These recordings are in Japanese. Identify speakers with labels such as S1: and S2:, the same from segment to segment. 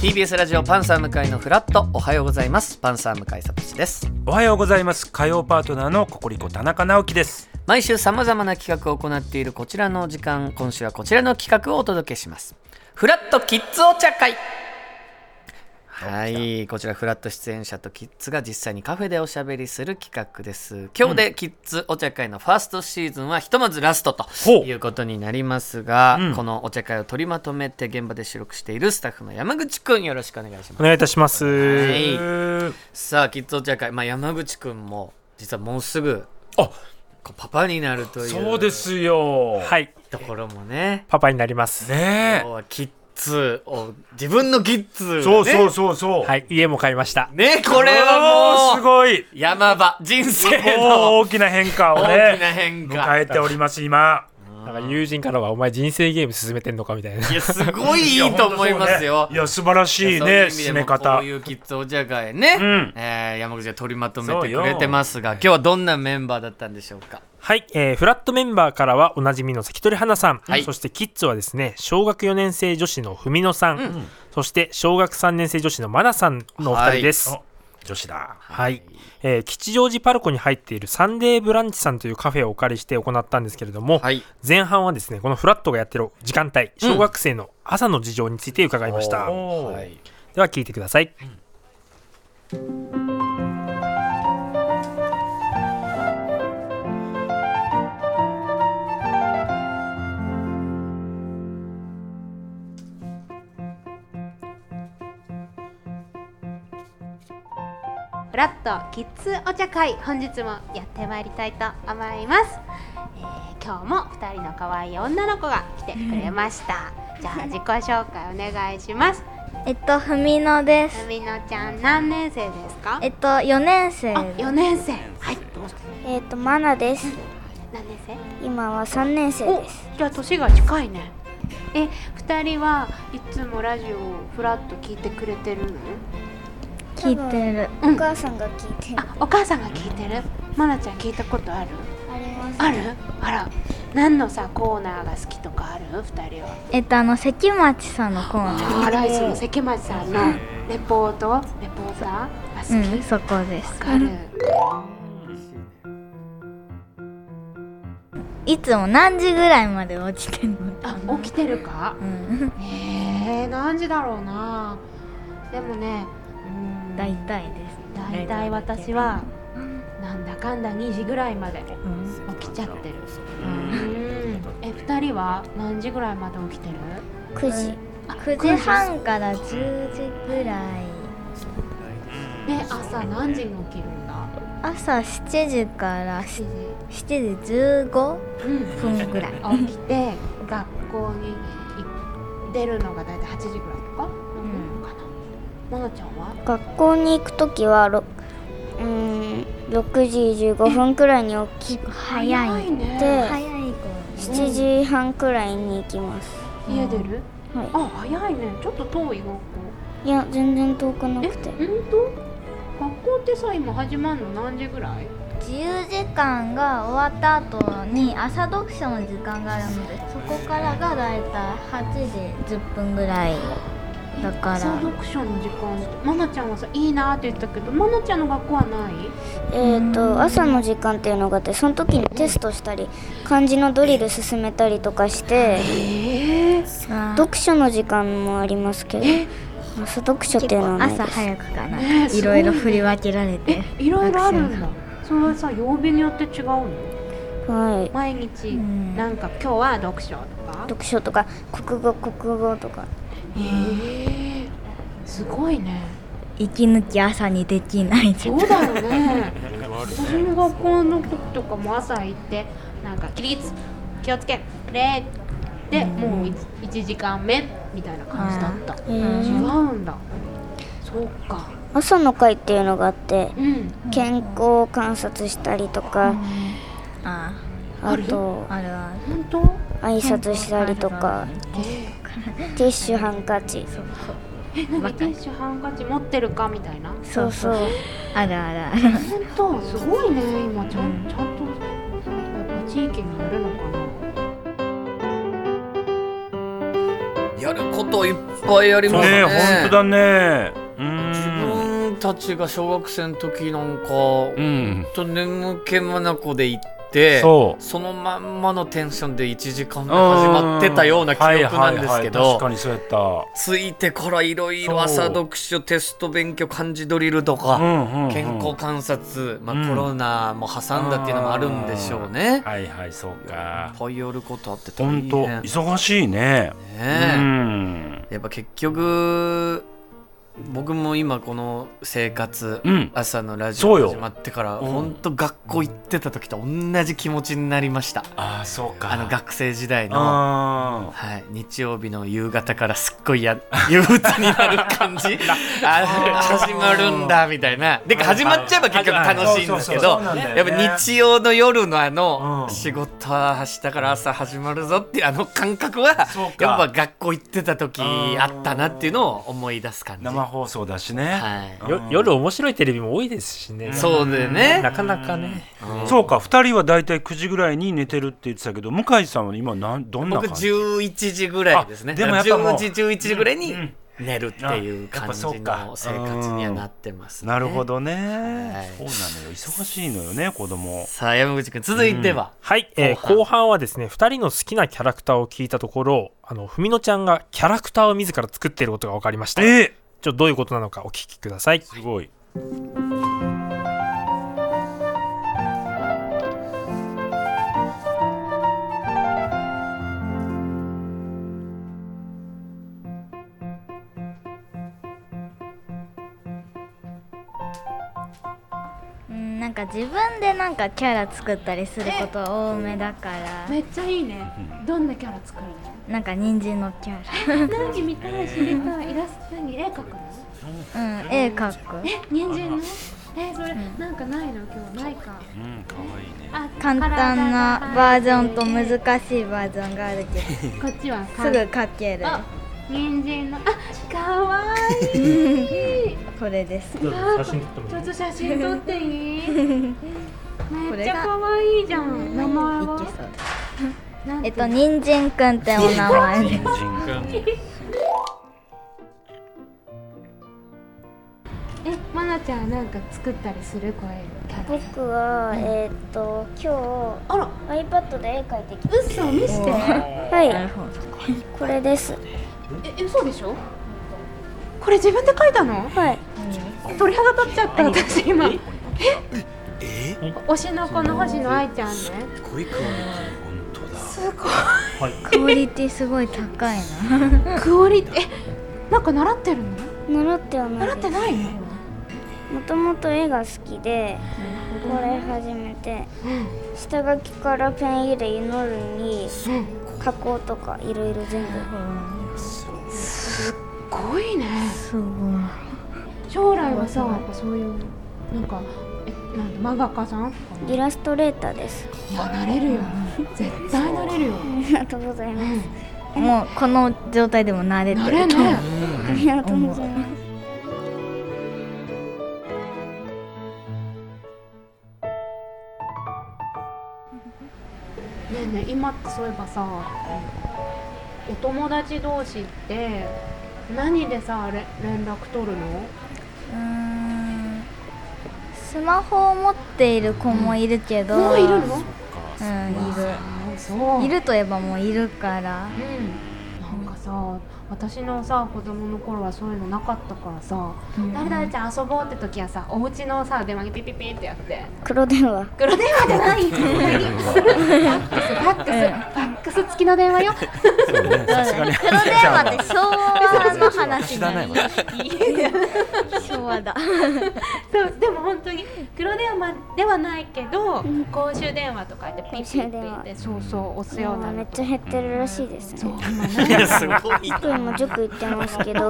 S1: TBS ラジオパンサー向井のフラットおはようございますパンサー向井聡です
S2: おはようございます火曜パートナーのココリコ田中直樹です
S1: 毎週さまざまな企画を行っているこちらのお時間今週はこちらの企画をお届けしますフラットキッズお茶会はいこちらフラット出演者とキッズが実際にカフェでおしゃべりする企画です今日でキッズお茶会のファーストシーズンはひとまずラストと
S2: ほう
S1: いうことになりますが、
S2: うん
S1: このお茶会を取りまとめて現場で収録しているスタッフの山口くんよろしくお願いします
S2: お願いいたします
S1: はい
S2: あ
S1: さあキッズお茶会、まあ、山口くんも実はもうすぐこうパパになるという
S3: そうですよ。
S2: はい
S1: ところもね
S2: パパになります
S3: ね
S1: 今日はキッズを自分のキッズを
S3: え。
S1: ね
S3: そうそうそうそう。
S2: はい家も買いました
S1: ねこれ
S2: お
S1: は
S2: ーす
S1: もう
S2: ご い
S1: 山場人生の
S3: もう大きな変化を
S1: 大きな
S3: ね。
S1: 変化
S3: 迎えております今。
S2: なんか友人からはお前人生ゲーム進めてんのかみたいない
S1: やすごいいいと思いますよ
S3: いや素晴ら
S1: い
S3: しい
S1: やそういう意
S3: ね
S1: 味で
S3: 進
S1: も
S3: め方
S1: こう。いうキッズお茶会ね、
S3: ん
S1: えー山口が取りまとめ
S3: そう
S1: て
S3: よ
S1: くれてますが今日はどんなメンバーだったんでしょうか
S2: はい、えーフラットメンバーからはおなじみの関取花さん、
S1: はい
S2: そしてキッズはですね小学4年生女子の文野さん、そして小学3年生女子のマナさんのお二人です。
S3: はい
S2: お女子だはい、えー吉祥寺パルコに入っているサンデーブランチさんというカフェをお借りして行ったんですけれども、
S1: はい
S2: 前半はですねこのフラットがやってる時間帯小学生の朝の事情について伺いました、
S3: おー
S1: はい
S2: では聞いてください、
S4: フラットキッズお茶会本日もやってまいりたいと思います、えー今日も2人の可愛い女の子が来てくれま したじゃあ自己紹介お願いします
S5: えっと、ふみのです。
S4: みのちゃん何年生ですか
S5: えっと、4年生
S4: あ
S5: です。
S4: 4年生はいどうぞ
S5: えっと、まなです。
S4: 何年生
S5: 今は3年生
S4: お
S5: です。
S4: じゃあ年が近いねえ2人はいつもラジオをフラッと聞いてくれてるの
S5: 聞いてる。
S4: うん
S5: お母さんが聞いてる。
S4: あお母さんが聞いてるまなちゃん聞いたことある
S5: あります
S4: あるあら何のさコーナーが好きとかある2人は
S5: えっと、あの、関町さんのコーナー。
S4: あライスの関町さんのレポートレポーターが好き、
S5: うん、
S4: わ
S5: そこです。
S4: かる
S5: いつも何時ぐらいまで落ちてるの
S4: あ起きてるか
S5: うん。
S4: えー、何時だろうなでもねうん
S5: 大体で
S4: 大
S5: す。
S4: 体私はなんだかんだ2時ぐらいまで
S5: うん。
S4: 起きちゃってるうんえ2人は何時ぐらいまで起きてる
S5: 9時。
S4: あ
S5: 9時半から10時ぐらい。
S4: ね朝何時に起きるんだ
S5: 朝7時から
S4: 7時
S5: 7時15
S4: うん
S5: 分ぐらい。
S4: 起きて学校に出るのが大体8時ぐらいとか、うん、かなまなちゃんは
S5: 学校に行くときはろうーん6時15分くらいに起き早い
S4: ね
S5: で
S4: はい
S5: 7時半くらいに行きます
S4: 家出る、
S5: はい
S4: あ早いねちょっと遠い学校
S5: いや全然遠くなくて
S4: え本当学校ってさ今始まるの何時ぐらい
S5: 自由時間が終わった後に朝読書の時間があるのでそこからがだいたい8時10分ぐらいだか
S4: 朝
S5: ら
S4: 読書の時間ってまなちゃんはさいいなって言ったけどまなちゃんの学校はない
S6: えー、と朝の時間っていうのがあってその時にテストしたり漢字のドリル進めたりとかして
S4: ええ
S6: 読書の時間もありますけど朝読書っていうのはないです
S5: くかな
S4: ねえすごいねいろいろ振り
S5: 分けられて
S4: いろいろあるんだそれはさ曜日によって違うの
S6: はい、
S4: 毎日
S5: ん
S4: なんか今日は読書とか
S6: 読書とか国語国語とか
S4: ええすごいね
S5: 息抜き朝にできない
S4: そうだよ ね私の学校の時とかも朝行ってなんか「起立気をつけ礼」でもう1時間目みたいな感じだった
S6: え
S4: 違
S6: ー
S4: うんだそうか
S6: 朝の会っていうのがあって
S4: うん
S6: 健康観察したりとか
S5: あ
S6: あと
S5: あるある
S4: 本当
S6: 挨拶したりとかティッシュハンカチ
S4: え何ティッシュハンカチ持ってるかみたいな
S6: そうそう
S5: あるあるあ
S4: 本当すごいね今ちゃんちゃんと地域によるのかな
S1: よることいっぱいあります
S3: ね
S1: ね
S3: え本当だねうーん
S1: 自分たちが小学生の時なんか、ほ
S3: うんん
S1: と眠気まなこで行って
S3: そう
S1: そのまんまのテンションで1時間で始まってたような記
S3: はい
S1: 憶なんですけ
S3: はいはい
S1: ど
S3: 確かにそうやった
S1: ついてからいろい
S3: そう
S1: ろ朝読書テスト勉強漢字ドリルと
S3: う
S1: か、
S3: んうんうん
S1: 健康観察、まあ
S3: うん
S1: コロナも挟んだっていうのもあるんでしょうね。
S3: はいはいそう
S1: い
S3: か
S1: っぱいやることあって大
S3: 本
S1: 変
S3: 当
S1: ね
S3: 忙しいねう
S1: え
S3: ん
S1: やっぱ結局僕も今この生活、
S3: うん
S1: 朝のラジ
S3: そう
S1: オ
S3: よ
S1: 始まってから
S3: うん
S1: 本当学校行ってた時と同じ気持ちになりました。
S3: ああそうか
S1: あの学生時代の
S3: あー
S1: はい、日曜日の夕方からすっごいや 憂鬱に なる感じあ始まるんだみたいなで始まっちゃえば結局楽しいんですけ
S3: そ
S1: ど
S3: うそうそうそうなんだよね
S1: やっぱ日曜の夜のあの
S3: うん
S1: 仕事は明日から朝始まるぞっていうあの感覚はやっ
S3: そうか
S1: ぱ学校行ってた時
S3: うん
S1: あったなっていうのを思い出す感じ、
S3: 生放送だしね
S1: はい
S3: う
S2: よ
S3: ん
S2: 夜面白いテレビも多いですしね。
S1: そうだよね
S2: なかなかね。
S3: そうか2人はだいたい9時ぐらいに寝てるって言ってたけど向井さんは今なんどんな
S1: 僕
S3: 感じ
S1: 11時ぐらいですね
S3: あでもやっぱもう
S1: 10時11時ぐらいに
S3: うん
S1: 寝るっていう感じ
S3: うんやっ
S1: の
S3: ぱ
S1: 生
S3: そうか
S1: 活にはなってますね、
S3: なるほどね、
S1: はい
S3: そうなのよ忙しいのよね子供
S1: さあ山口君続いては、
S2: はい、えー
S1: 後半
S2: 後半はですね、二人の好きなキャラクターを聞いたところ、あの、ふみのちゃんがキャラクターを自ら作っていることが分かりました。ちょっ
S3: え
S2: とどういうことなのかお聞きください。
S3: すごい
S5: うんなんか自分でなんかキャラ作ったりすること多めだから
S4: めっちゃいいねどんなキャラ作るの
S5: なんか人参のキャ
S4: 何見たい知りたいイラスト何絵描くの
S5: ラうん絵描く
S4: え人参のえそれなんかないの今日ないか
S3: うん可愛いね
S4: あ
S5: 簡単なバージョンと難しいバージョンがあるけど
S4: こっちは
S5: すぐ描ける
S4: あ人参のあかわいい
S5: これです
S2: 写真撮っても
S4: ちょっと写真撮っていいめっちゃかわいいじゃん名前
S5: いけ
S4: は
S5: そう
S4: なんて
S5: えっと人参くんってお名前で
S3: 人参君
S4: えまなちゃんなんか作ったりするこういうキャラ
S6: 僕は、えーっと今
S4: あら
S6: 日 iPad で絵描いてき
S4: 嘘見して
S6: たはいこれです
S4: ええ嘘でしょこれ自分で書いたの
S6: はい
S4: 鳥肌立っちゃった私今え推しの子の星野愛ちゃんね
S3: 本当だ
S4: すご
S5: クオリティすごい高いない
S4: クオリティえなんか習ってるの
S6: 習ってはな
S4: 習
S6: い
S4: っ
S6: で
S4: て
S6: す
S4: ないの
S6: もともと絵が好きでこれ始めて下書きからペン入れ祈るに加工とかいろいろ全部
S4: すごいね
S5: すごい
S4: 将来はさやっぱそういうなんかえなんだ漫画家さん
S6: イラストレーターです
S4: いやなれるよ絶対なれるよ
S6: ありがとうございます
S5: もうこの状態でも慣れて
S4: な
S5: る
S4: れね
S6: ありがとうございます
S4: ねえねえ今ってそういえばさお友達同士って何でされ連絡取るの
S5: うーんスマホを持っている子もいるけど、
S4: もういるの
S5: うんいる
S4: あそう
S5: いるといえばもういるから
S4: うん、なんかさ私のさ子供の頃はそういうのなかったからさ「誰々ちゃん遊ぼう」って時はさお家のさ電話にピピピってやって
S6: 黒電話
S4: 「黒電話じゃない!」フ ァックスファックスファックス付きの電話よ
S5: 黒電話って昭和の話だね昭和だ
S4: そうでも本当に黒電話ではないけど公衆電話とか言ってピッピッピッってそうそう押すよう
S6: 今
S4: な
S6: め
S4: の
S6: っちゃ減ってるらしいですね
S1: いやすごい
S6: 僕今塾行ってます けど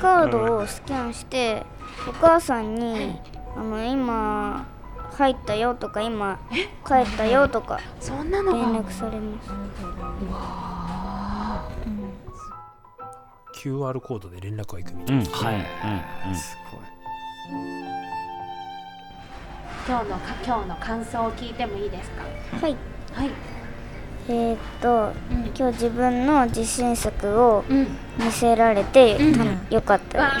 S6: カードをスキャンしてお母さんに「あの今入ったよ」とか「今帰ったよ」とか
S4: そんなの
S6: 連
S4: が
S6: 絡されます
S2: QR コードで連絡が行くみたいな。
S3: うんうん
S1: はい
S3: うん
S1: すごい
S4: 今日のか今日の感想を聞いてもいいですか
S6: はい
S4: はい
S6: えーっと今日自分の自信作を
S4: うん
S6: 見せられて、たよかったです。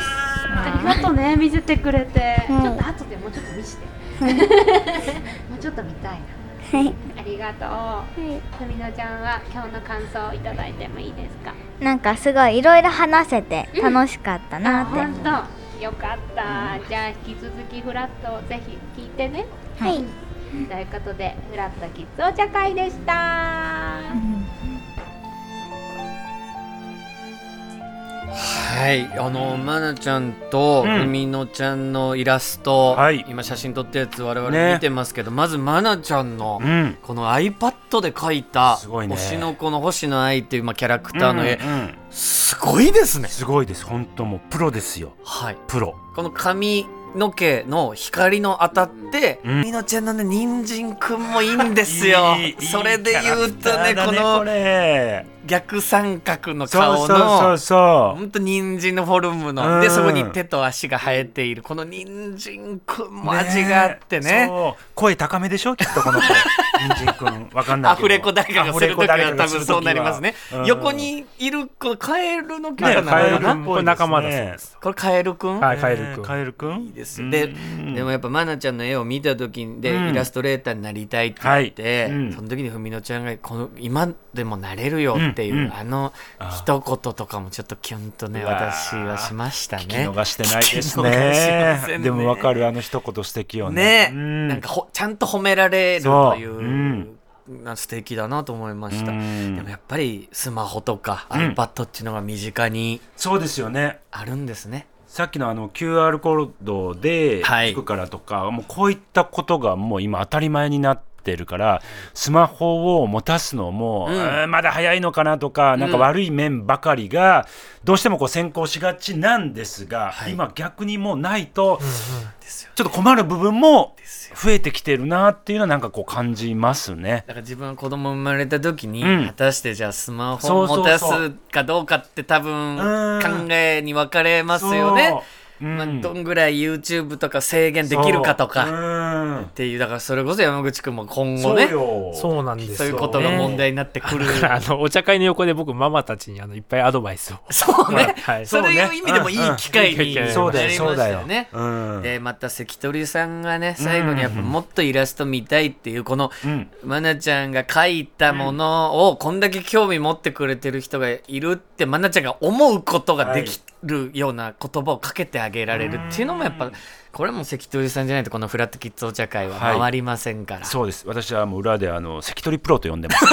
S4: ありがとうね見せてくれて
S6: はい
S4: ちょっと後でもうちょっと見してもうちょっと見たい
S6: はい、は
S4: なありがとうふみのちゃんは今日の感想をいただいてもいいですか
S5: なんかすごいいろいろ話せて楽しかったなって、
S4: 本当よかったじゃあ引き続きフラットをぜひ聞いてね
S6: い、
S4: ということでフラットキッズお茶会でした
S1: はいあのまなちゃんと
S3: うん
S1: ふみのちゃんのイラスト、
S3: はい
S1: 今写真撮ったやつ我々
S3: ね
S1: 見てますけど、まずまなちゃんの、
S3: うん
S1: この iPad で描いた
S3: すごいね
S1: 星の子の星野愛っていう、まあ、キャラクターの絵、
S3: うんうん
S1: すごいですね
S3: すごいです本当もうプロですよ
S1: はい
S3: プロ
S1: この髪の毛の光の当たって、
S3: うん
S1: みのちゃんのね人参くんもいいんですよ
S3: いいいい
S1: それで言う
S3: キャ
S1: と
S3: ラ
S1: ね
S3: クターだ
S1: こ
S3: こ
S1: の
S3: れ
S1: 逆三角の
S3: そう
S1: 顔
S3: そうそ
S1: の
S3: うそ
S1: ほんと人参のフォルム
S3: う
S1: の
S3: ん
S1: でそこに手と足が生えているこの人参くん
S3: う
S1: も味があってね
S3: そう声高めでしょきっとこの子人参 くんわかんない
S1: ア
S3: けど
S1: フレコ誰かがするとき
S3: アフレ
S1: は
S3: コ
S1: 多
S3: 誰かがする
S1: 分
S3: 時
S1: そうなりますね、
S3: うん
S1: 横にいるこのカエルのキャ
S3: ね
S1: ラ
S3: カ
S1: な
S3: エル
S1: の
S3: っ
S1: かな、
S3: ぽいですね
S2: これ仲間だそうです。
S1: これカエルくん、
S2: はい、カエル君。
S3: カエルくん
S1: いいですよで
S3: うん
S1: でもやっぱ愛菜ちゃんの絵を見た時にで、
S3: うん
S1: イラストレーターになりたいって言って、
S3: はいうん
S1: その時に文乃ちゃんがこの「今でもなれるよ」っていう、
S3: うんうん
S1: あの一言とかもちょっとキュンとね
S3: うわー
S1: 私はしました
S3: 聞き
S1: ね。
S3: 逃してないで す
S1: 聞き逃しませ
S3: ね
S1: んね
S3: でもわかるあの一言素敵よ
S1: ね、
S3: ねうん
S1: なんかほちゃんと褒められる
S3: そう
S1: という、
S3: うん
S1: な素敵だなと思いました。
S3: うん
S1: でもやっぱりスマホとか
S3: うん
S1: iPad っていうのが身近に
S3: そうですよね
S1: あるんですね。
S3: さっきのあの QR コードで
S1: はい
S3: 聞くからとか、もうこういったことがもう今当たり前になってるからスマホを持たすのも、
S1: うん
S3: うーんまだ早いのかなとか、なんか悪い面ばかりがどうしてもこう先行しがちなんですが、
S1: はい
S3: 今逆にもうないと、
S1: ですよ
S3: ちょっと困る部分も
S1: ですよ
S3: 増えてきてるなっていうのはなんかこう感じますね。
S1: だから自分は子供生まれた時に、
S3: うん
S1: 果たしてじゃあスマホ
S3: そ
S1: を
S3: うそうそう
S1: 持たすかどうかって多分
S3: うん
S1: 考えに分かれますよね。
S3: そう。
S1: まあ、
S3: うん
S1: どんぐらい YouTube とか制限できるかと
S3: そう
S1: か
S3: うん
S1: っていうだからそれこそ山口くんも今後
S3: そう
S1: ね
S3: よ。
S2: そうなんですよ、ね。
S1: そういうことが問題になってくる。
S2: あのお茶会の横で僕ママたちにあのいっぱいアドバイスを。
S1: そうね、
S2: はい
S1: そういう意味でもいい機会になりました
S3: そ
S1: よ
S3: うだよ、
S1: ね。
S3: そうだよ。うん
S1: でまた関取さんがね最後にやっぱもっとイラスト見たいっていうこの
S3: うん
S1: まなちゃんが書いたものをこんだけ興味持ってくれてる人がいるってまなちゃんが思うことができるような言葉をかけてあげられるっていうのもやっぱこれも関取さんじゃないとこのフラットキッズお茶会は
S3: はい
S1: 回りませんから、
S3: そうです。私はもう裏であの関取プロと呼んでます。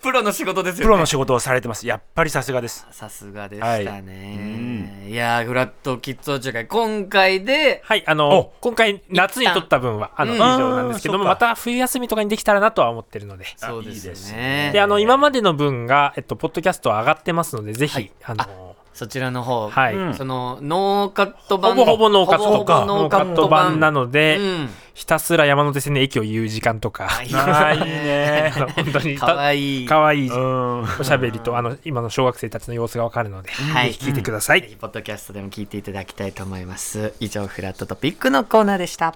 S1: プロの仕事です
S3: プロの仕事をされてます。やっぱりさすがです。
S1: さすがでしたね、いやーフラットキッズお茶会今回で
S2: はい、あの
S3: お
S2: 今回夏に取った分はあの、
S1: うん
S2: 以上なんですけども、
S3: あーそ
S2: ま
S3: うか
S2: た冬休みとかにできたらなとは思ってるので。
S1: そうです
S3: いい
S1: ね
S3: ですね
S2: であの今までの分が、えっと、ポッドキャストは上がってますのでぜひ、
S1: はい
S2: あの
S1: そちらの方、
S2: はい
S3: うん
S1: そのノーカット
S2: ほ
S1: 版
S2: ぼほぼノーカット
S1: ほぼほぼノーカット版
S2: なので、
S1: うん
S2: ひたすら山手線の駅を言う時間とか、
S1: い
S3: ああいいね。
S2: あの本当に
S1: かわ
S2: い
S1: いい
S2: かわいい
S3: うん。
S2: おしゃべりとあの今の小学生たちの様子がわかるので、
S1: は
S2: ぜ
S1: い
S2: ひ聞いてください。
S1: ポッドキャストでも聞いていただきたいと思います以上フラットトピックのコーナーでした